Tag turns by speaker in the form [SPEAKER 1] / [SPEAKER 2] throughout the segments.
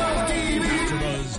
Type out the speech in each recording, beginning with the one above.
[SPEAKER 1] AfterBuzz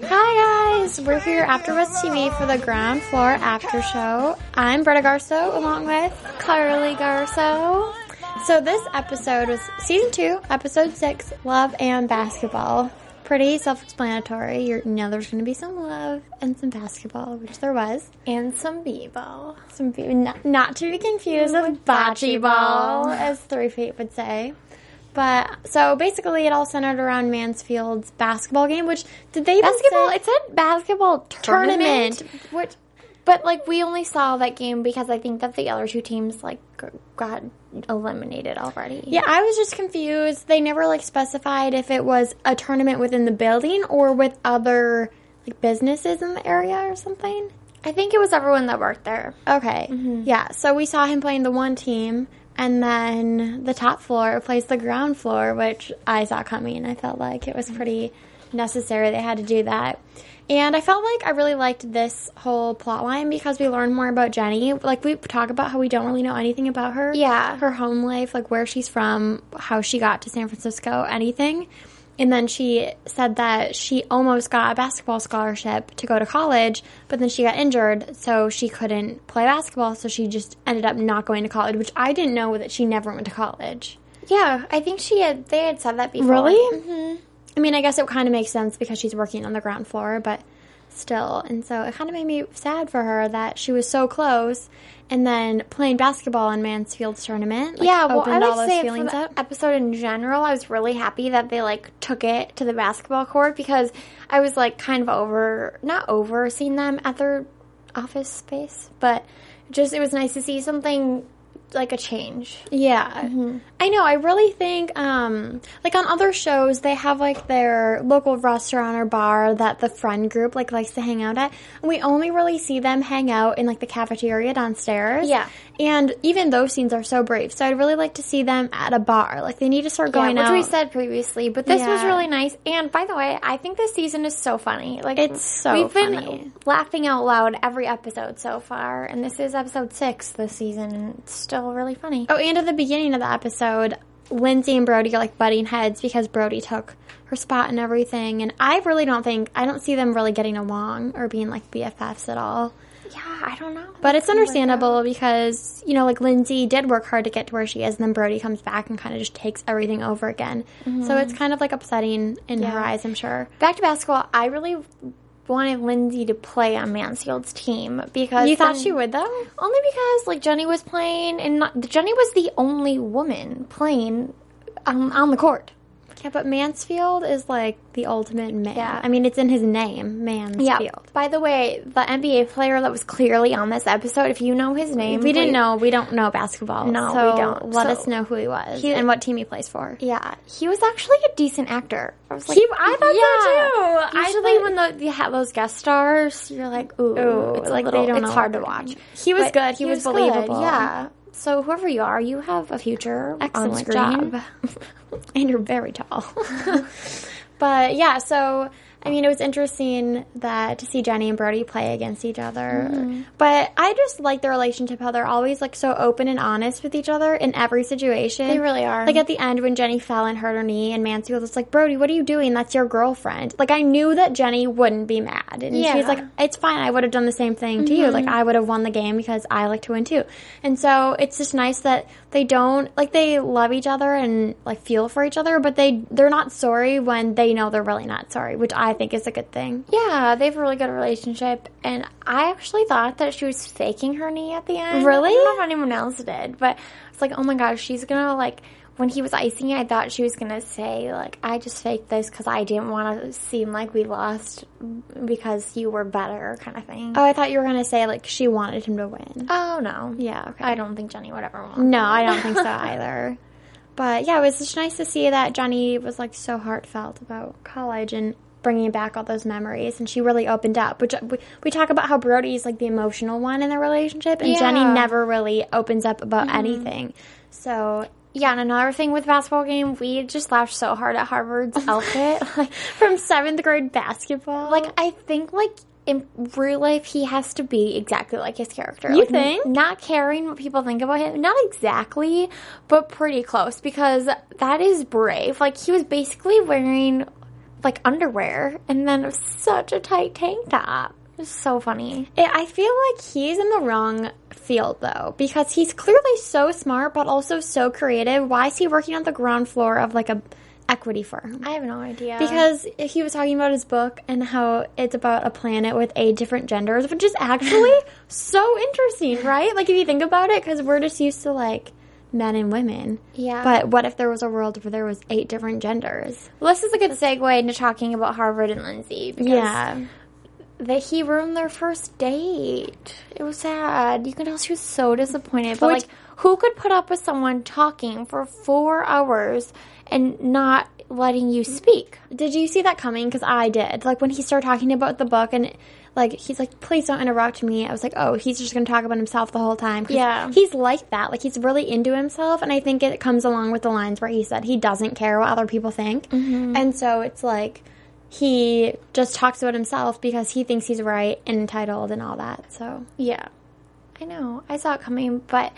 [SPEAKER 2] Hi guys, we're here after West TV for the ground floor after show. I'm Bretta Garso along with Carly Garso. So this episode was season two, episode six, love and basketball. Pretty self-explanatory. You know there's going to be some love and some basketball, which there was,
[SPEAKER 3] And some b-ball.
[SPEAKER 2] some not, not to be confused with bocce ball, as Three Feet would say. But so basically, it all centered around Mansfield's basketball game. Which did they even
[SPEAKER 3] Basketball,
[SPEAKER 2] say-
[SPEAKER 3] it said basketball tournament.
[SPEAKER 2] tournament.
[SPEAKER 3] Which, but like we only saw that game because I think that the other two teams like g- got eliminated already.
[SPEAKER 2] Yeah, I was just confused. They never like specified if it was a tournament within the building or with other like businesses in the area or something.
[SPEAKER 3] I think it was everyone that worked there. Mm-hmm.
[SPEAKER 2] Okay. Yeah, so we saw him playing the one team and then the top floor plays the ground floor, which I saw coming. I felt like it was pretty necessary they had to do that. And I felt like I really liked this whole plot line because we learned more about Jenny. Like we talk about how we don't really know anything about her.
[SPEAKER 3] Yeah.
[SPEAKER 2] Her home life, like where she's from, how she got to San Francisco, anything. And then she said that she almost got a basketball scholarship to go to college, but then she got injured, so she couldn't play basketball, so she just ended up not going to college, which I didn't know that she never went to college.
[SPEAKER 3] Yeah, I think she had. They had said that before. Mm-hmm.
[SPEAKER 2] hmm I mean, I guess it kind of makes sense because she's working on the ground floor, but still. And so it kind of made me sad for her that she was so close and then playing basketball in Mansfield's tournament. like,
[SPEAKER 3] yeah, well, I
[SPEAKER 2] opened all
[SPEAKER 3] would
[SPEAKER 2] those
[SPEAKER 3] say for
[SPEAKER 2] feelings
[SPEAKER 3] the
[SPEAKER 2] up.
[SPEAKER 3] episode in general, I was really happy that they like took it to the basketball court because I was like kind of over, not over seeing them at their office space, but just it was nice to see something like a change. Mm-hmm.
[SPEAKER 2] Yeah. I know. I really think, um, like on other shows, they have like their local restaurant or bar that the friend group like likes to hang out at. And we only really see them hang out in like the cafeteria downstairs.
[SPEAKER 3] Yeah.
[SPEAKER 2] And even those scenes are so brief. So I'd really like to see them at a bar. Like they need to start
[SPEAKER 3] Yeah,
[SPEAKER 2] going
[SPEAKER 3] which
[SPEAKER 2] out.
[SPEAKER 3] we said previously, but this was
[SPEAKER 2] Yeah.
[SPEAKER 3] really nice. And by the way, I think this season is so funny. Like
[SPEAKER 2] It's so
[SPEAKER 3] we've been
[SPEAKER 2] funny.
[SPEAKER 3] laughing out loud every episode so far, and this is episode six this season, and it's still really funny.
[SPEAKER 2] Oh, and at the beginning of the episode, Lindsay and Brody are like butting heads because Brody took her spot and everything. And I really don't think, I don't see them really getting along or being like BFFs at all.
[SPEAKER 3] yeah, I don't know,
[SPEAKER 2] But it's understandable because, you know, like Lindsay did work hard to get to where she is, and then Brody comes back and kind of just takes everything over again. So it's kind of like upsetting in her
[SPEAKER 3] Mm-hmm. Yeah.
[SPEAKER 2] eyes, I'm sure.
[SPEAKER 3] Back to basketball, I really wanted Lindsay to play on Mansfield's team because
[SPEAKER 2] You thought
[SPEAKER 3] then-
[SPEAKER 2] she would, though?
[SPEAKER 3] only because like Jenny was playing, and not, Jenny was the only woman playing on, on the court.
[SPEAKER 2] Yeah, but Mansfield is like the ultimate man.
[SPEAKER 3] Yeah.
[SPEAKER 2] I mean, it's in his name, Mansfield.
[SPEAKER 3] Yeah. By the way, the NBA player that was clearly on this episode, if you know his name,
[SPEAKER 2] We didn't
[SPEAKER 3] please-
[SPEAKER 2] know. We don't know basketball.
[SPEAKER 3] No,
[SPEAKER 2] so
[SPEAKER 3] we don't.
[SPEAKER 2] Let
[SPEAKER 3] So-
[SPEAKER 2] us know who he was
[SPEAKER 3] He-
[SPEAKER 2] and what team he plays for.
[SPEAKER 3] Yeah, he was actually a decent actor. I was like,
[SPEAKER 2] He- I thought so, too. I
[SPEAKER 3] Usually,
[SPEAKER 2] thought-
[SPEAKER 3] when the, you have those guest stars, you're like, ooh,
[SPEAKER 2] Ooh,
[SPEAKER 3] it's
[SPEAKER 2] like,
[SPEAKER 3] like
[SPEAKER 2] they
[SPEAKER 3] little,
[SPEAKER 2] don't
[SPEAKER 3] it's
[SPEAKER 2] know
[SPEAKER 3] hard to
[SPEAKER 2] what
[SPEAKER 3] watch.
[SPEAKER 2] He was
[SPEAKER 3] But
[SPEAKER 2] good. He, was,
[SPEAKER 3] good,
[SPEAKER 2] believable.
[SPEAKER 3] Yeah. So whoever you are, you have a future. on
[SPEAKER 2] excellent
[SPEAKER 3] screen.
[SPEAKER 2] job. and you're very tall. but yeah, so I mean, it was interesting that to see Jenny and Brody play against each other.
[SPEAKER 3] Mm-hmm.
[SPEAKER 2] But I just like their relationship how they're always like so open and honest with each other in every situation.
[SPEAKER 3] They really are.
[SPEAKER 2] Like at the end when Jenny fell and hurt her knee, and Mansfield was like, "Brody, what are you doing? That's your girlfriend." Like I knew that Jenny wouldn't be mad, and
[SPEAKER 3] Yeah. Mm-hmm.
[SPEAKER 2] she's like, "It's fine. I would have done the same thing to you. Like I would have won the game because I like to win too." And so it's just nice that they don't like they love each other and like feel for each other, but they they're not sorry when they know they're really not sorry, which I think is a good thing.
[SPEAKER 3] Yeah, they have a really good relationship, and I actually thought that she was faking her knee at the end.
[SPEAKER 2] Really?
[SPEAKER 3] I don't know if anyone else did, but it's like, oh my gosh, she's gonna like when he was icing it, I thought she was gonna say like, "I just faked this because I didn't want to seem like we lost because you were better," kind of thing.
[SPEAKER 2] Oh, I thought you were gonna say like she wanted him to win.
[SPEAKER 3] Oh no,
[SPEAKER 2] Yeah, okay.
[SPEAKER 3] I don't think Jenny would ever want.
[SPEAKER 2] No, I don't think so either. But yeah, it was just nice to see that Johnny was like so heartfelt about college and bringing back all those memories, and she really opened up. Which uh, we, we talk about how Brody's like the emotional one in their relationship, and Jenny
[SPEAKER 3] Yeah.
[SPEAKER 2] never really opens up about anything. So
[SPEAKER 3] Yeah, and another thing with basketball game, we just laughed so hard at Harvard's outfit. Like,
[SPEAKER 2] from seventh grade basketball,
[SPEAKER 3] like I think like in real life he has to be exactly like his character.
[SPEAKER 2] You
[SPEAKER 3] Like,
[SPEAKER 2] think?
[SPEAKER 3] n- not caring what people think about him, not exactly, but pretty close because that is brave. Like he was basically wearing like underwear and then such a tight tank top. It was so funny.
[SPEAKER 2] It, I feel like he's in the wrong field though, because he's clearly so smart, but also so creative. Why is he working on the ground floor of like a equity firm?
[SPEAKER 3] I have no idea
[SPEAKER 2] Because he was talking about his book and how it's about a planet with eight different genders, which is actually so interesting, right? Like if you think about it, because we're just used to like men and women.
[SPEAKER 3] Yeah.
[SPEAKER 2] But what if there was a world where there was eight different genders?
[SPEAKER 3] well, this is a good segue into talking about Harvard and Lindsay. Because
[SPEAKER 2] Yeah.
[SPEAKER 3] that he ruined their first date. It was sad. You can tell she was so disappointed. But
[SPEAKER 2] Which-
[SPEAKER 3] like, who could put up with someone talking for four hours and not letting you speak?
[SPEAKER 2] Did you see that coming? Because I did. Like when he started talking about the book and like he's like, please don't interrupt me. I was like, oh, he's just going to talk about himself the whole time. 'Cause
[SPEAKER 3] Yeah.
[SPEAKER 2] He's like that. Like he's really into himself. And I think it comes along with the lines where he said he doesn't care what other people think.
[SPEAKER 3] Mm-hmm.
[SPEAKER 2] And so it's like he just talks about himself because he thinks he's right and entitled and all that. So
[SPEAKER 3] Yeah, I know. I saw it coming, but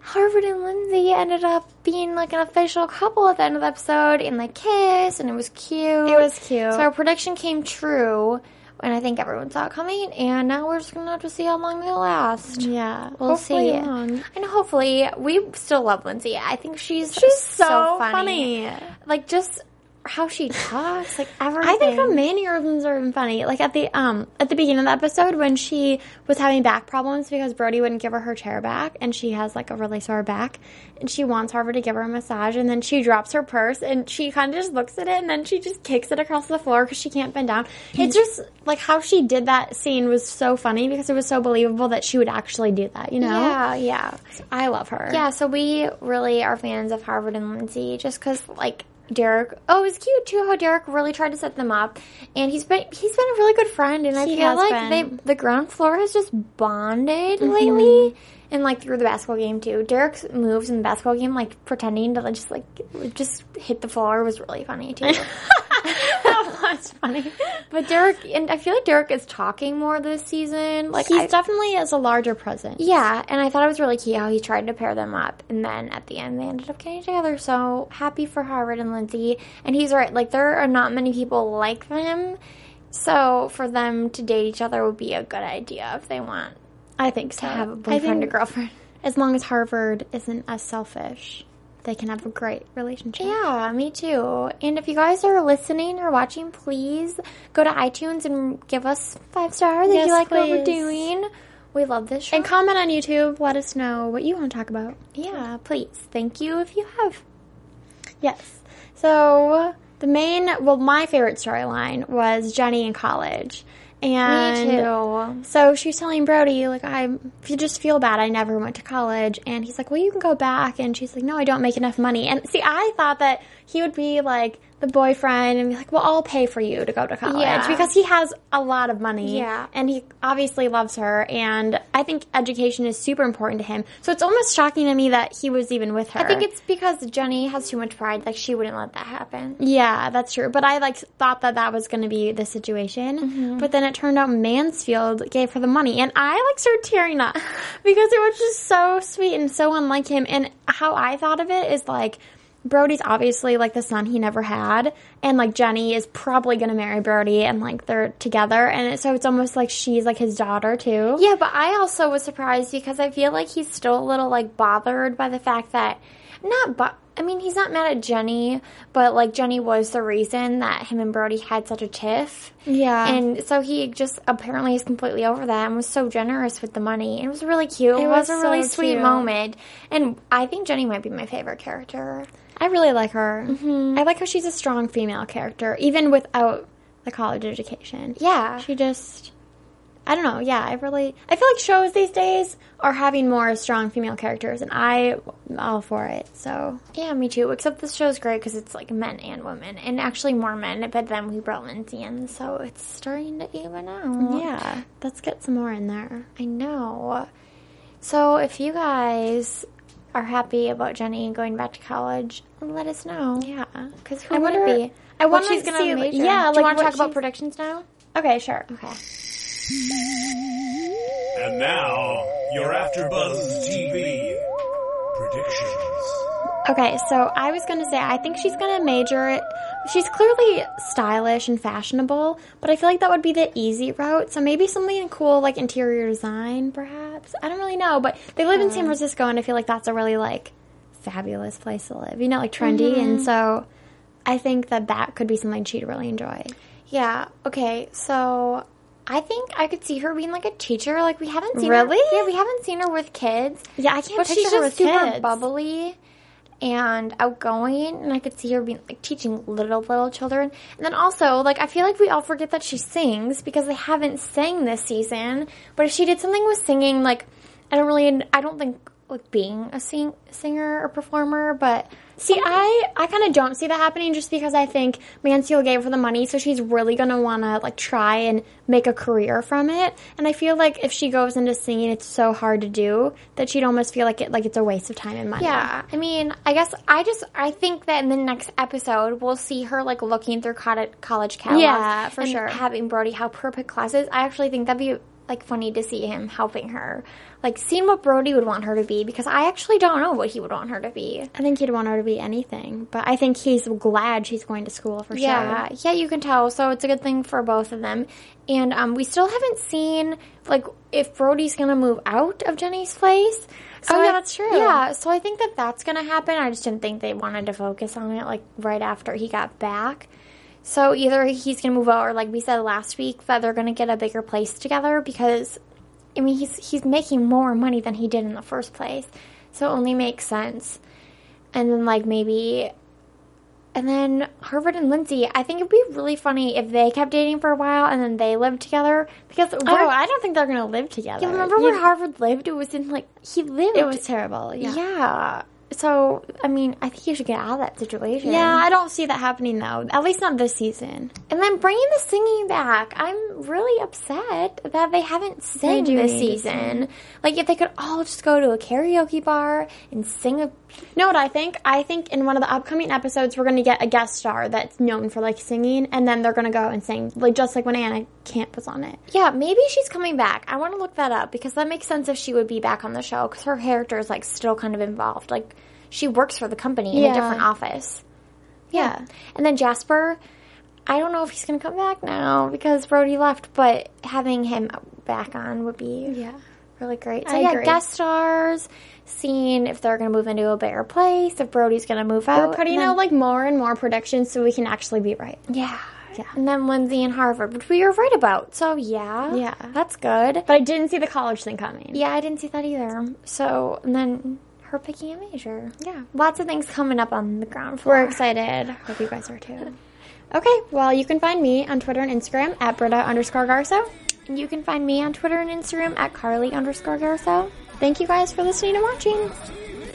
[SPEAKER 3] Harvard and Lindsay ended up being like an official couple at the end of the episode, and they kissed, and it was cute.
[SPEAKER 2] It was cute.
[SPEAKER 3] So our prediction came true, and I think everyone saw it coming. And now we're just gonna have to see how long they last.
[SPEAKER 2] yeah,
[SPEAKER 3] We'll
[SPEAKER 2] hopefully
[SPEAKER 3] see.
[SPEAKER 2] long.
[SPEAKER 3] And hopefully, we still love Lindsay. I think she's
[SPEAKER 2] She's
[SPEAKER 3] so,
[SPEAKER 2] so
[SPEAKER 3] funny.
[SPEAKER 2] funny.
[SPEAKER 3] Like just how she talks, like everything.
[SPEAKER 2] I think her mannerisms are even funny. Like at the um at the beginning of the episode when she was having back problems because Brody wouldn't give her her chair back, and she has like a really sore back, and she wants Harvard to give her a massage, and then she drops her purse and she kind of just looks at it, and then she just kicks it across the floor because she can't bend down. It's just like how she did that scene was so funny because it was so believable that she would actually do that. You know?
[SPEAKER 3] Yeah, yeah,
[SPEAKER 2] I love her.
[SPEAKER 3] yeah. So we really are fans of Harvard and Lindsay, just because like Derek. Oh, it was cute too how Derek really tried to set them up, and he's been he's been a really good friend, and I
[SPEAKER 2] He
[SPEAKER 3] feel
[SPEAKER 2] has
[SPEAKER 3] like
[SPEAKER 2] been. Mm-hmm.
[SPEAKER 3] they the ground floor has just bonded lately. And like through the basketball game too, Derek's moves in the basketball game, like pretending to like, just like just hit the floor, was really funny too.
[SPEAKER 2] that was funny.
[SPEAKER 3] But Derek, and I feel like Derek is talking more this season.
[SPEAKER 2] Like
[SPEAKER 3] Like,
[SPEAKER 2] he
[SPEAKER 3] I-
[SPEAKER 2] definitely is a larger presence.
[SPEAKER 3] yeah, and I thought it was really cute how he tried to pair them up, and then at the end they ended up getting together. So happy for Harvard and Lindsay. And he's right; like there are not many people like them, so for them to date each other would be a good idea if they want
[SPEAKER 2] I think so.
[SPEAKER 3] to have a
[SPEAKER 2] I
[SPEAKER 3] boyfriend
[SPEAKER 2] think-
[SPEAKER 3] or girlfriend.
[SPEAKER 2] As long as Harvard isn't as selfish, they can have a great relationship.
[SPEAKER 3] Yeah, me too. And if you guys are listening or watching, please go to iTunes and give us five stars if
[SPEAKER 2] Yes,
[SPEAKER 3] you like what we're
[SPEAKER 2] please.
[SPEAKER 3] doing. We love this show.
[SPEAKER 2] And comment on YouTube. Let us know what you want to talk about.
[SPEAKER 3] Yeah, please. Thank you if you have.
[SPEAKER 2] Yes. So the main, well, my favorite storyline was Jenny in college, and
[SPEAKER 3] Me
[SPEAKER 2] so she's telling Brody like I f- just feel bad. I never went to college, and he's like, "Well, you can go back." And she's like, "No, I don't make enough money." And see, I thought that he would be like the boyfriend and be like, "Well, I'll pay for you to go to college
[SPEAKER 3] Yeah.
[SPEAKER 2] because he has a lot of money."
[SPEAKER 3] Yeah.
[SPEAKER 2] and he obviously loves her, and I think education is super important to him. So it's almost shocking to me that he was even with her.
[SPEAKER 3] I think it's because Jenny has too much pride. Like, she wouldn't let that happen.
[SPEAKER 2] Yeah, that's true. But I like thought that that was going to be the situation, but then it turned out Mansfield gave her the money, and I like started tearing up because it was just so sweet and so unlike him. And how I thought of it is like Brody's obviously like the son he never had, and like Jenny is probably going to marry Brody, and like they're together, and it, so it's almost like she's like his daughter too.
[SPEAKER 3] Yeah, but I also was surprised because I feel like he's still a little, like, bothered by the fact that. Not, but I mean, he's not mad at Jenny, but like Jenny was the reason that him and Brody had such a tiff.
[SPEAKER 2] Yeah.
[SPEAKER 3] And so he just apparently is completely over that and was so generous with the money. It was really cute. It, was,
[SPEAKER 2] was
[SPEAKER 3] a really
[SPEAKER 2] so
[SPEAKER 3] sweet
[SPEAKER 2] cute.
[SPEAKER 3] moment. And I think Jenny might be my favorite character.
[SPEAKER 2] I really like her. I like how she's a strong female character, even without the college education.
[SPEAKER 3] Yeah.
[SPEAKER 2] She just, I don't know. Yeah, I really, I feel like shows these days are having more strong female characters, and I'm all for it. So
[SPEAKER 3] Yeah, me too. Except this show's great because it's like men and women, and actually more men. But then we brought Lindsay in, so it's starting to even out.
[SPEAKER 2] yeah, let's get some more in there.
[SPEAKER 3] I know. So if you guys are happy about Jenny going back to college, let us know.
[SPEAKER 2] Yeah,
[SPEAKER 3] because who
[SPEAKER 2] I
[SPEAKER 3] would it
[SPEAKER 2] wonder-
[SPEAKER 3] be?
[SPEAKER 2] I
[SPEAKER 3] What
[SPEAKER 2] wonder
[SPEAKER 3] she's
[SPEAKER 2] to
[SPEAKER 3] gonna
[SPEAKER 2] see,
[SPEAKER 3] major.
[SPEAKER 2] yeah,
[SPEAKER 3] Do
[SPEAKER 2] like,
[SPEAKER 3] you want to
[SPEAKER 2] what
[SPEAKER 3] talk about
[SPEAKER 2] she's-
[SPEAKER 3] predictions now?
[SPEAKER 2] Okay, sure.
[SPEAKER 3] Okay.
[SPEAKER 4] And now, your AfterBuzz TV predictions.
[SPEAKER 2] Okay, so I was gonna say I think she's gonna major it. She's clearly stylish and fashionable, but I feel like that would be the easy route. So maybe something cool like interior design, perhaps. I don't really know, but they live in San Francisco, and I feel like that's a really like fabulous place to live. You know, like trendy, and so I think that that could be something she'd really enjoy.
[SPEAKER 3] Yeah. Okay. So I think I could see her being like a teacher. Like we haven't seen
[SPEAKER 2] Really?
[SPEAKER 3] Her, yeah, we haven't seen her with kids.
[SPEAKER 2] Yeah, I can't
[SPEAKER 3] but
[SPEAKER 2] picture
[SPEAKER 3] she's
[SPEAKER 2] her
[SPEAKER 3] just
[SPEAKER 2] with
[SPEAKER 3] super
[SPEAKER 2] kids.
[SPEAKER 3] bubbly and outgoing, and I could see her being like teaching little little children. And then also, like I feel like we all forget that she sings because they haven't sang this season. But if she did something with singing, like I don't really, I don't think like being a sing- singer or performer, but
[SPEAKER 2] See, I I kind of don't see that happening just because I think Mansfield gave her the money, so she's really gonna wanna like try and make a career from it. And I feel like if she goes into singing, it's so hard to do that she'd almost feel like it like it's a waste of time and money.
[SPEAKER 3] Yeah, I mean, I guess I just I think that in the next episode we'll see her like looking through cottage, college catalogs.
[SPEAKER 2] Yeah, for
[SPEAKER 3] and
[SPEAKER 2] sure.
[SPEAKER 3] Having Brody help her pick classes, I actually think that'd be like funny to see him helping her, like seeing what Brody would want her to be because I actually don't know what he would want her to be.
[SPEAKER 2] I think he'd want her to be anything, but I think he's glad she's going to school for sure.
[SPEAKER 3] Yeah, yeah, you can tell. So it's a good thing for both of them. And um, we still haven't seen like if Brody's gonna move out of Jenny's place. So
[SPEAKER 2] Oh, yeah,
[SPEAKER 3] I-
[SPEAKER 2] that's true.
[SPEAKER 3] Yeah, so I think that that's gonna happen. I just didn't think they wanted to focus on it like right after he got back. So either he's gonna move out, or like we said last week, that they're gonna get a bigger place together because I mean he's he's making more money than he did in the first place, so it only makes sense. And then like maybe and then Harvard and Lindsay, I think it'd be really funny if they kept dating for a while and then they lived together because
[SPEAKER 2] Oh,
[SPEAKER 3] where-
[SPEAKER 2] I don't think they're gonna live together.
[SPEAKER 3] you remember
[SPEAKER 2] You-
[SPEAKER 3] where Harvard lived? It was in like he lived.
[SPEAKER 2] it was terrible. Yeah.
[SPEAKER 3] yeah. So I mean, I think you should get out of that situation.
[SPEAKER 2] Yeah, I don't see that happening though. At least not this season.
[SPEAKER 3] and then bringing the singing back. I'm really upset that they haven't sang
[SPEAKER 2] do
[SPEAKER 3] this
[SPEAKER 2] need to
[SPEAKER 3] season. Like if they could all just go to a karaoke bar and sing a
[SPEAKER 2] You know what I think? I think in one of the upcoming episodes, we're going to get a guest star that's known for like singing, and then they're going to go and sing, like just like when Anna Camp was on it.
[SPEAKER 3] Yeah, maybe she's coming back. I want to look that up because that makes sense if she would be back on the show because her character is like still kind of involved. Like she works for the company in
[SPEAKER 2] Yeah.
[SPEAKER 3] a different office.
[SPEAKER 2] Yeah.
[SPEAKER 3] And then Jasper, I don't know if he's going to come back now because Brody left, but having him back on would be
[SPEAKER 2] Yeah.
[SPEAKER 3] really great. So
[SPEAKER 2] I
[SPEAKER 3] yeah,
[SPEAKER 2] agree.
[SPEAKER 3] guest stars, seeing if they're going to move into a better place, if Brody's going to move out.
[SPEAKER 2] We're putting
[SPEAKER 3] and then-
[SPEAKER 2] out like more and more predictions so we can actually be right.
[SPEAKER 3] yeah. And then Lindsay and Harvard, which we were right about. So yeah.
[SPEAKER 2] Yeah.
[SPEAKER 3] That's good.
[SPEAKER 2] But I didn't see the college thing coming.
[SPEAKER 3] Yeah, I didn't see that either. So, and then her picking a major.
[SPEAKER 2] Yeah.
[SPEAKER 3] Lots of things coming up on the ground floor.
[SPEAKER 2] We're excited. Hope you guys are too. Okay, well, you can find me on Twitter and Instagram at Britta underscore Garso.
[SPEAKER 3] You can find me on Twitter and Instagram at Carly underscore Garso.
[SPEAKER 2] Thank you guys for listening and watching.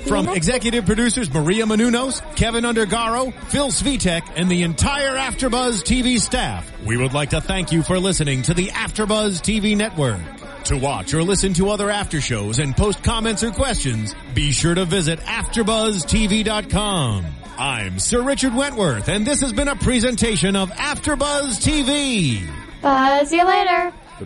[SPEAKER 1] From executive producers Maria Manunos, Kevin Undergaro, Phil Svitek, and the entire AfterBuzz TV staff, we would like to thank you for listening to the AfterBuzz TV network. To watch or listen to other after shows and post comments or questions, be sure to visit AfterBuzzTV.com. I'm Sir Richard Wentworth, and this has been a presentation of AfterBuzz TV.
[SPEAKER 2] Buzz you later.
[SPEAKER 5] The